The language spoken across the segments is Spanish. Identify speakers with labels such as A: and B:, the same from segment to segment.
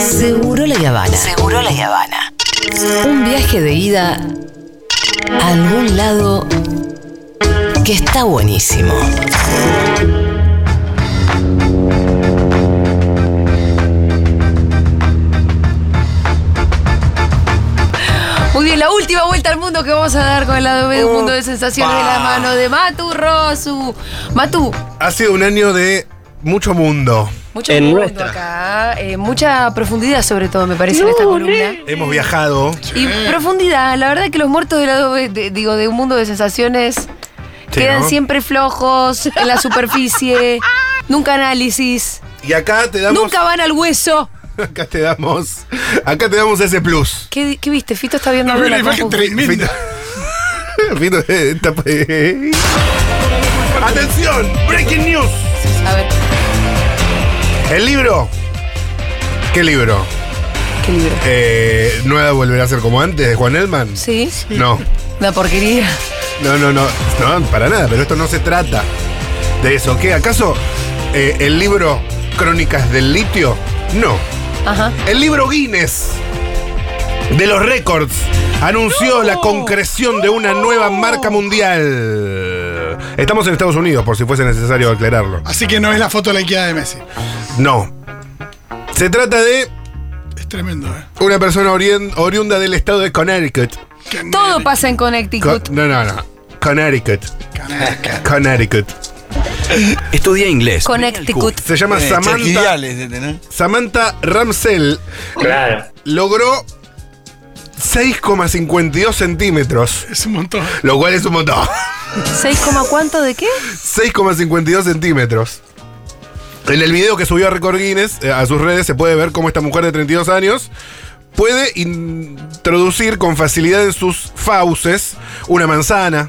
A: Seguro la Habana.
B: Seguro la Habana.
A: Un viaje de ida a algún lado que está buenísimo.
C: Muy bien, la última vuelta al mundo que vamos a dar con el lado B de un mundo de sensaciones de la mano de Matu Rosu. Matu,
D: Hace un año de mucho mundo.
C: mucho
E: En
C: mundo
E: nuestra.
C: acá, eh, mucha profundidad sobre todo me parece en esta columna.
D: Hemos viajado.
C: Y profundidad, la verdad que los muertos del lado B, de- digo, de un mundo de sensaciones quedan
D: ¿no?
C: siempre flojos en la superficie, nunca análisis,
D: Y acá te damos.
C: nunca van al hueso.
D: Acá te damos. Acá te damos ese plus.
C: ¿Qué, di- qué viste? Fito está viendo
F: No, vi
C: alguna
F: la
C: compu.
F: imagen
D: Fito.
F: tremenda.
D: Fito, eh, está- eh. Atención, breaking news.
C: A ver,
D: El libro. ¿Qué libro?
C: qué libro.
D: Eh, ¿Nueva volverá a ser como antes de Juan Elman?
C: Sí,
D: No,
C: una porquería.
D: no, no, no, no, para nada, pero esto no se trata de eso. ¿Qué? ¿Acaso eh, el libro Crónicas del Litio? No.
C: Ajá.
D: El libro Guinness de los récords anunció la concreción de una nueva marca mundial. Estamos en Estados Unidos, por si fuese necesario aclararlo.
F: Así que no es la foto de la Ikea de Messi.
D: No. Se trata de
F: Es tremendo, ¿eh?
D: una persona orien- oriunda del estado de Connecticut.
F: Qué
C: Todo
F: nene,
C: pasa en Connecticut.
D: Co- no, no, no. Connecticut.
F: canaca.
D: Connecticut.
E: Estudia inglés.
C: Connecticut.
D: Se llama Samantha, Samantha Ramsell.
G: Claro.
D: Logró 6,52 centímetros.
F: Es un montón.
D: Lo cual es un montón.
C: ¿6, cuánto de qué?
D: 6,52 centímetros. En el video que subió a Record Guinness, eh, a sus redes, se puede ver cómo esta mujer de 32 años puede introducir con facilidad en sus fauces una manzana,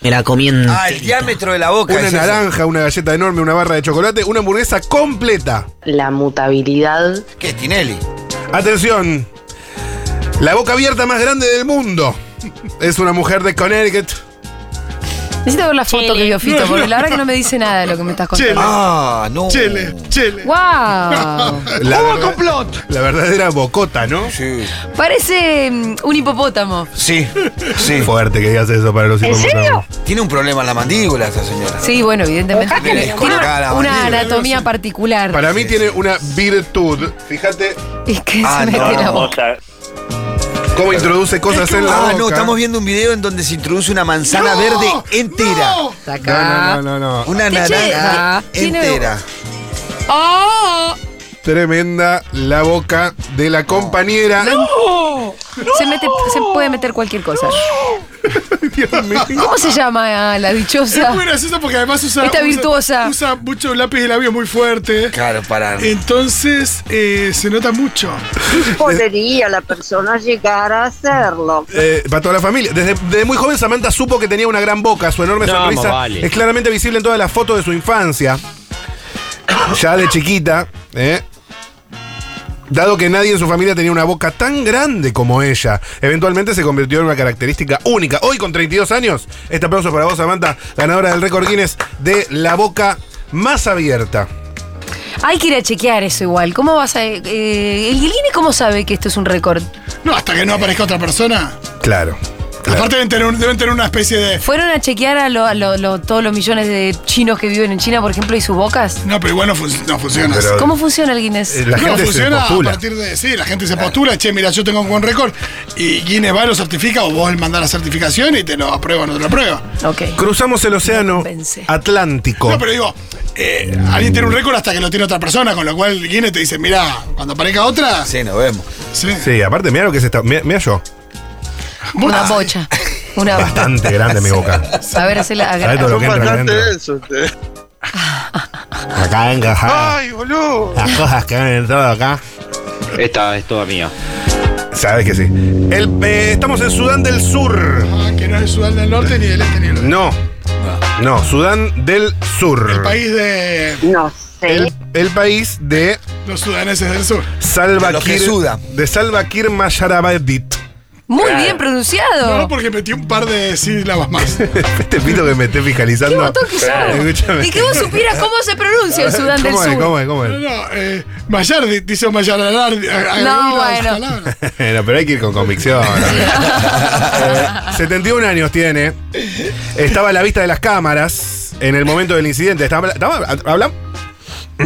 E: Me la comiendo.
H: Ah, el diámetro de la boca.
D: una
H: es ese.
D: naranja, una galleta enorme, una barra de chocolate, una hamburguesa completa.
B: La mutabilidad.
H: ¿Qué, Tinelli?
D: Atención, la boca abierta más grande del mundo. Es una mujer de Connecticut.
C: Necesito ver la foto que vio Fito, porque la verdad que no me dice nada de lo que me estás contando.
F: Chile.
H: Ah, no.
F: Chele, chele.
C: ¡Wow!
D: La,
F: ¡Hubo
D: verdad-
F: complot!
D: la verdadera bocota, ¿no?
H: Sí.
C: Parece mm, un hipopótamo.
H: Sí. sí.
D: Fuerte que digas eso para los ¿En serio?
H: Tiene un problema en la mandíbula esta señora.
C: Sí, bueno, evidentemente.
H: Debe
C: Tiene
H: descolgar la
C: una
H: mandíbula.
C: anatomía particular.
D: Para mí tiene una virtud. Fíjate
C: Es que
H: Ah,
C: se mete
H: no,
C: la
H: no.
C: boca.
G: Otra-
D: cómo introduce cosas en la
H: Ah,
D: boca.
H: no, estamos viendo un video en donde se introduce una manzana
F: ¡No!
H: verde entera.
F: ¡No!
C: Acá.
D: No, no, no, no, no.
H: Una
C: Che,
H: naranja
C: che, tiene-
H: entera.
C: ¡Oh!
D: Tremenda la boca de la compañera.
C: Se, mete, se puede meter cualquier cosa.
D: Dios mío.
C: ¿Cómo se llama ah, la dichosa?
F: Es muy gracioso porque además usa.
C: Esta
F: usa-
C: virtuosa.
F: Usa mucho lápiz de labio muy fuerte.
H: Claro, para.
F: Entonces eh, se nota mucho.
I: Podría la persona llegar a hacerlo.
D: Eh, para toda la familia. Desde, desde muy joven Samantha supo que tenía una gran boca. Su enorme
E: No,
D: sonrisa
E: más vale.
D: es claramente visible en todas las fotos de su infancia. Ya de chiquita, ¿eh? Dado que nadie en su familia tenía una boca tan grande como ella, eventualmente se convirtió en una característica única. Hoy, con 32 años, este aplauso para vos, Samantha, ganadora del récord Guinness de la boca más abierta.
C: Hay que ir a chequear eso igual. ¿Cómo vas a.? eh, ¿El Guilini cómo sabe que esto es un récord?
F: No, hasta que no aparezca otra persona.
D: Claro. claro.
F: Aparte deben tener, un- deben tener una especie de.
C: ¿Fueron a chequear a, lo- a lo- lo- todos los millones de chinos que viven en China, por ejemplo, y sus bocas?
F: No, pero igual no, fun- no funciona.
D: Pero-
C: ¿Cómo funciona el Guinness?
D: Eh, la
F: no,
D: gente se
F: funciona a
D: postula.
F: partir de. Sí, la gente se postula, che, mira, yo tengo un buen récord. Y Guinness va, lo certifica, o vos mandás la certificación y te lo aprueba o no te lo aprueba.
C: Ok.
D: Cruzamos el océano
C: Pensé.
D: Atlántico.
F: No, pero digo, eh, alguien tiene un récord hasta que lo tiene otra persona, con lo cual Guinness te dice, mira, cuando aparezca otra.
H: Sí, nos vemos.
F: sí.
D: Sí, aparte, mira lo que es esta. Mira mira yo.
C: Una
D: Ah.
F: Ay,
C: bocha. Una bocha.
D: Bastante grande mi boca.
C: A ver, hacerla.
D: ¿Sabés todo lo que entra acá adentro? Acá entra. Ay, boludo. Las cosas que han entrado acá.
J: Esta es toda mía.
D: Sabes que sí. El- eh, estamos en Sudán del Sur.
F: Ah, que no es Sudán del Norte ni del Este ni del Oeste.
D: No. No, Sudán del Sur.
F: El país de
I: No sé.
D: El, el país de
F: los sudaneses del sur.
D: Salva
H: De los que
D: Kiir.
H: sudan.
D: De Salva Kiir Mayarabedit.
C: Muy
J: Claro.
C: bien pronunciado.
F: No, porque metí un par de sílabas más.
D: este pito que me esté
C: Qué
D: fiscalizando.
C: botón que sos.
D: Escúchame.
C: Y que vos supieras cómo se pronuncia el Sudán del
D: ¿Cómo es?
C: Sur.
D: ¿Cómo es? ¿Cómo
F: No,
D: es?
F: no, eh, Mayar, di- dice Mayar Alar, agregó
C: No,
F: una
C: bueno.
F: palabra.
D: No, pero hay que ir con convicción. Eh, 71 años tiene. Estaba a la vista de las cámaras en el momento del incidente. Estaba, estaba- habla-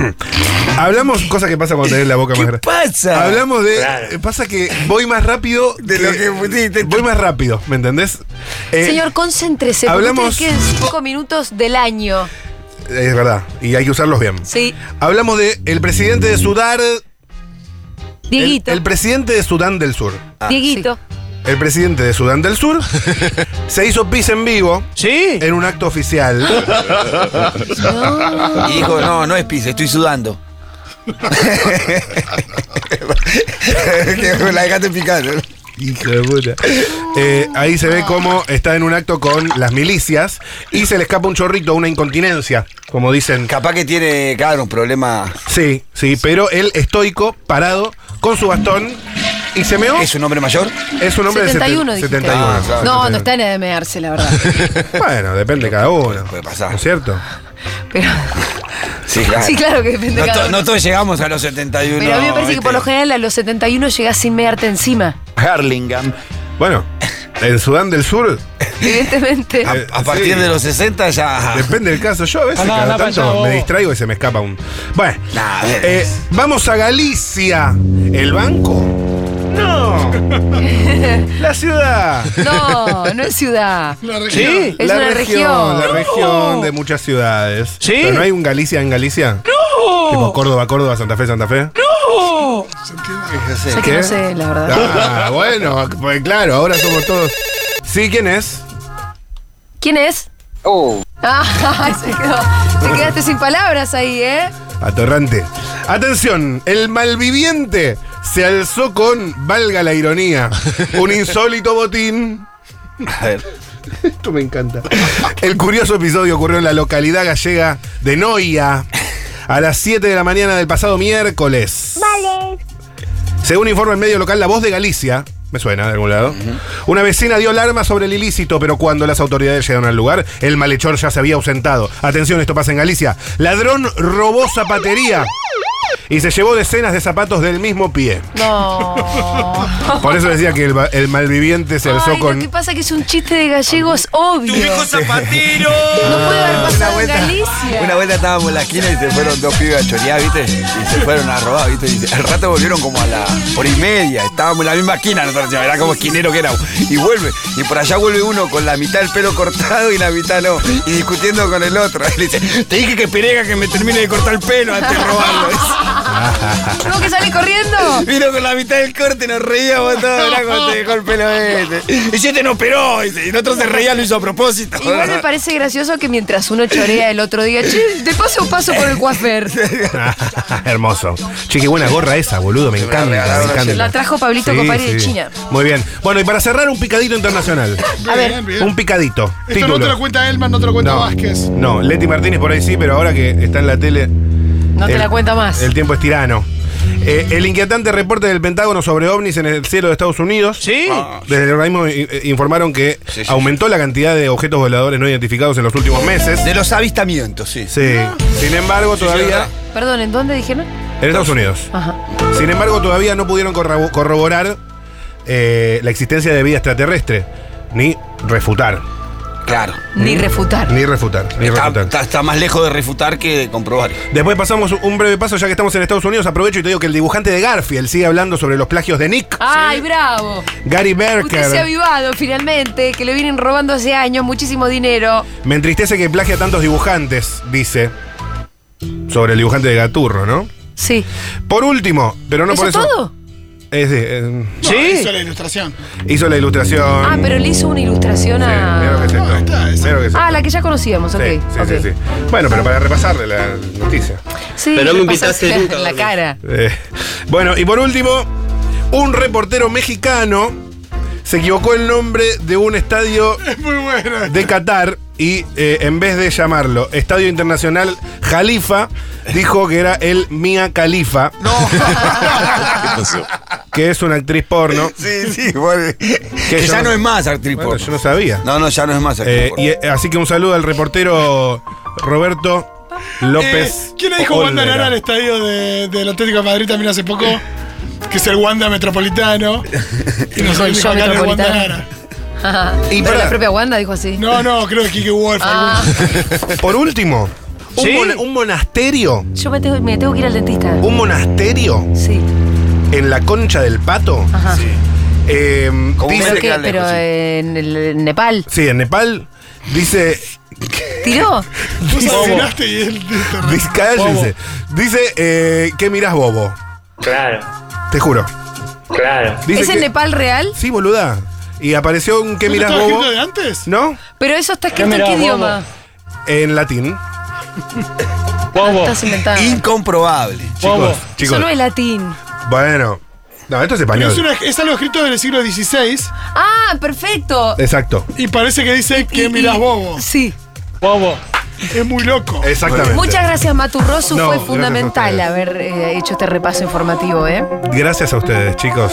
D: hablamos cosas que pasa cuando tenés la boca más
H: ¿Qué
D: grande.
H: pasa?
D: Hablamos de. eh,
J: Claro.
D: Pasa que voy más rápido
H: De lo que- sí, te-
D: voy más rápido, ¿me entendés? Eh,
C: Señor, concéntrese. porque
D: hablamos-
C: ustedes quedan cinco minutos del año.
D: Es verdad, y hay que usarlos bien.
C: Sí.
D: Hablamos de el presidente de Sudán. El,
C: Dieguito.
D: el ah, presidente de Sudán del Sur.
C: Dieguito.
D: El presidente de Sudán del Sur se hizo pis en vivo
E: ¿Sí?
D: en un acto oficial.
H: Y dijo, no, no es pizza, estoy sudando. Que la dejaste picando.
D: Hijo de puta. Eh, ahí se ve cómo está en un acto con las milicias y se le escapa un chorrito, una incontinencia, como dicen.
H: Capaz que tiene, claro, un problema.
D: Sí, sí, pero él estoico, parado, con su bastón y se meó.
H: ¿Es un hombre mayor?
D: Es un hombre
C: 71,
D: de
C: dijiste.
D: 70 71.
H: Ah, claro,
C: No, no está en edad de mearse, la verdad.
D: Bueno, depende de cada uno.
H: Puede pasar.
D: ¿No es cierto?
C: Pero,
H: Sí, claro.
C: sí, claro que depende
H: No,
C: de cada
H: to-
C: uno.
H: no todos llegamos a los 71.
C: Pero a mí me parece que
H: ¿viste?
C: por lo general a los 71 llegás sin mearte encima.
E: Harlingham.
D: Bueno, en Sudán del Sur,
C: Evidentemente.
D: Eh,
H: A partir
D: sí.
H: de los 60 ya.
D: depende del caso. Yo a
C: Ah,
D: veces
E: Andá,
D: cada
E: andá para allá,
D: tanto
E: vos.
D: me distraigo y se me escapa un. Bueno,
H: Nah, a ver.
D: eh, vamos a Galicia. ¿El banco? No. La ciudad.
C: No, no es ciudad.
F: La región.
E: ¿Sí?
C: Es
D: la
C: una región.
D: La
C: No.
D: región de muchas ciudades.
E: ¿Sí?
D: ¿Pero no hay un Galicia en Galicia? ¡No! Tipo Córdoba, Córdoba, Santa Fe, Santa Fe.
C: O sea que
D: ¿Qué?
C: no sé, la verdad.
D: Ah, bueno, pues claro, ahora somos todos. ¿Sí? ¿Quién es?
C: ¿Quién es?
I: Oh,
C: Ah, se quedó. Te quedaste sin palabras ahí, ¿eh?
D: Atorrante. Atención, el malviviente se alzó con, valga la ironía, un insólito botín.
H: A ver.
D: Esto me encanta. El curioso episodio ocurrió en la localidad gallega de Noia a las 7 de la mañana del pasado miércoles. Según informa el medio local La Voz de Galicia, me suena de algún lado, una vecina dio alarma sobre el ilícito, pero cuando las autoridades llegaron al lugar, el malhechor ya se había ausentado. Atención, esto pasa en Galicia. Ladrón robó zapatería y se llevó decenas de zapatos del mismo pie.
C: No.
D: Por eso decía que el, va- el malviviente se alzó
C: Ay,
D: con...
C: Lo que pasa es que es un chiste de gallegos obvio.
H: zapatero!
C: No puede haber pasado
H: Una
C: en
H: vuelta,
C: Galicia.
H: una vuelta estábamos en la esquina y se fueron dos pibes a chorear, ¿viste? Y se fueron a robar, ¿viste? Y al rato volvieron como a la hora y media. Estábamos en la misma esquina, nosotros, era como esquinero que era. Y vuelve. Y por allá vuelve uno con la mitad del pelo cortado y la mitad no. Y discutiendo con el otro. Y le dice, te dije que perega que me termine de cortar el pelo antes de robarlo.
C: ¿Tengo que salir corriendo?
H: Vino con la mitad del corte, nos reíamos todos, mirá cómo te dejó el pelo este. Y si este no operó, dice, y el otro se reía, lo hizo a propósito.
C: Igual me parece gracioso que mientras uno chorea el otro día, che, de paso paso por el coafer.
D: Hermoso. Che, qué buena gorra esa, boludo. Me encanta. me
H: regalaron
D: encanta.
H: ayer.
C: La trajo Pablito Copari de China.
D: Muy bien. Bueno, y para cerrar, un picadito internacional.
C: A ver.
F: Bien, bien.
D: Un picadito.
F: Esto
D: Título.
F: no te lo cuenta Elman, no te lo cuenta
D: No.
F: Vázquez.
D: No, Leti Martínez por ahí sí, pero ahora que está en la tele.
C: No te
D: el-
C: la cuenta más.
D: El tiempo es tirano. Eh, el inquietante reporte del Pentágono sobre ovnis en el cielo de Estados Unidos. Ah,
E: ¿Sí?
D: Desde el organismo i- i- informaron que
H: Sí, sí,
D: aumentó la cantidad de objetos voladores no identificados en los últimos meses.
H: De los avistamientos, sí.
D: Sí. Sin embargo, todavía.
H: verdad.
C: Perdón, ¿en dónde dijeron?
D: En Estados Unidos.
C: Ajá.
D: Sin embargo, todavía no pudieron corrabo- corroborar eh, la existencia de vida extraterrestre, ni refutar,
H: Claro.
C: Ni refutar.
D: ni refutar, ni
H: Está,
D: refutar.
H: está- está más lejos de refutar que de comprobar.
D: Después pasamos un breve paso, ya que estamos en Estados Unidos, aprovecho y te digo que el dibujante de Garfield sigue hablando sobre los plagios de Nick,
C: ¡Ay, bravo!
D: Gary
C: Usted se ha
D: Berker.
C: avivado finalmente, que le vienen robando hace años muchísimo dinero.
D: Me entristece que plagie a tantos dibujantes, dice. Sobre el dibujante de Gaturro, ¿no?
C: Sí.
D: Por último, pero no
C: ¿Eso
D: por eso.
C: todo?
D: Es de- eh,
F: No,
E: ¿Sí?
F: Hizo la ilustración.
D: hizo la ilustración.
C: Ah, pero le hizo una ilustración
D: Sí, mira
C: a.
D: lo que es esto.
F: No, está, esa-
D: Mira lo que es
C: Ah,
D: esto.
C: la que ya conocíamos, ok.
D: Sí, sí,
C: ok.
D: sí, sí. Bueno, pero para repasarle la noticia.
C: Sí,
J: Pero no me
C: le pasás
J: invitaste
C: la-
J: nunca,
C: la
J: boludo.
C: cara.
D: Eh, bueno, y por último, un reportero mexicano se equivocó el nombre de un estadio
F: Muy buena.
D: de Qatar y eh, en vez de llamarlo Estadio Internacional Jalifa, dijo que era el Mía Califa.
H: No.
D: que es una actriz porno.
H: Sí, sí, bueno. Que
D: eh. yo
H: ya
D: no-
H: no es más actriz
D: Bueno,
H: porno.
D: yo no sabía.
H: No, no, ya no es más actriz
D: Eh,
H: porno.
D: y, eh, así que un saludo al reportero Roberto López.
F: Eh, ¿Quién le dijo Wanda
D: Olvera.
F: Nara al estadio de- del Atlético de Madrid también hace poco? Que es el Wanda Metropolitano. Y nos
C: Dijo el
F: dijo
C: yo
F: acá en el Wanda
C: metropolitano.
F: Nara.
D: Y
C: Pero
D: pará,
C: la propia Wanda dijo así.
F: No, no, creo que Kike Wolf.
C: Ah.
F: algún-
D: por último, un,
E: ¿Sí?
D: mon- un monasterio,
C: Yo me tengo, me tengo que ir al dentista.
D: un monasterio
C: Sí.
D: en la concha del pato.
C: Ajá.
D: eh,
C: ¿Pero
D: dice,
H: Como un Tiene que
C: qué?
H: darle,
C: Pero
H: pues, sí.
C: en el- en Nepal.
D: sí, en Nepal dice
C: ¿Tiró?
F: Vos adivinaste y él.
D: Dice, cállense. Dice, eh, ¿qué mirás, bobo?
G: Claro,
D: Te juro.
G: claro.
D: Dice
C: ¿Es
D: que-
C: en Nepal real?
D: Sí, boluda. Y apareció un ¿qué
F: ¿No
D: mirás,
F: estaba
D: bobo?
F: escrito de antes?
D: ¿No?
C: Pero eso está escrito en
G: mirá,
C: qué
G: bobo?
C: idioma.
D: En latín.
G: Bobo,
C: Estás inventando.
H: Incomprobable.
G: bobo.
D: Chicos.
C: Eso no es latín.
D: Bueno. No, esto es
F: Pero es,
D: español.
F: una- es algo escrito del siglo XVI
C: Ah, perfecto.
D: Exacto.
F: y parece que dice que
C: Y-
F: mirás
C: y-
F: bobo.
C: Sí.
G: Bobo.
F: Es muy loco.
D: Exactamente.
C: Muchas gracias, Maturrosu. Fue
D: No, gracias a
C: fundamental
D: ustedes.
C: haber eh, hecho este repaso informativo, ¿eh?
D: Gracias a ustedes, chicos.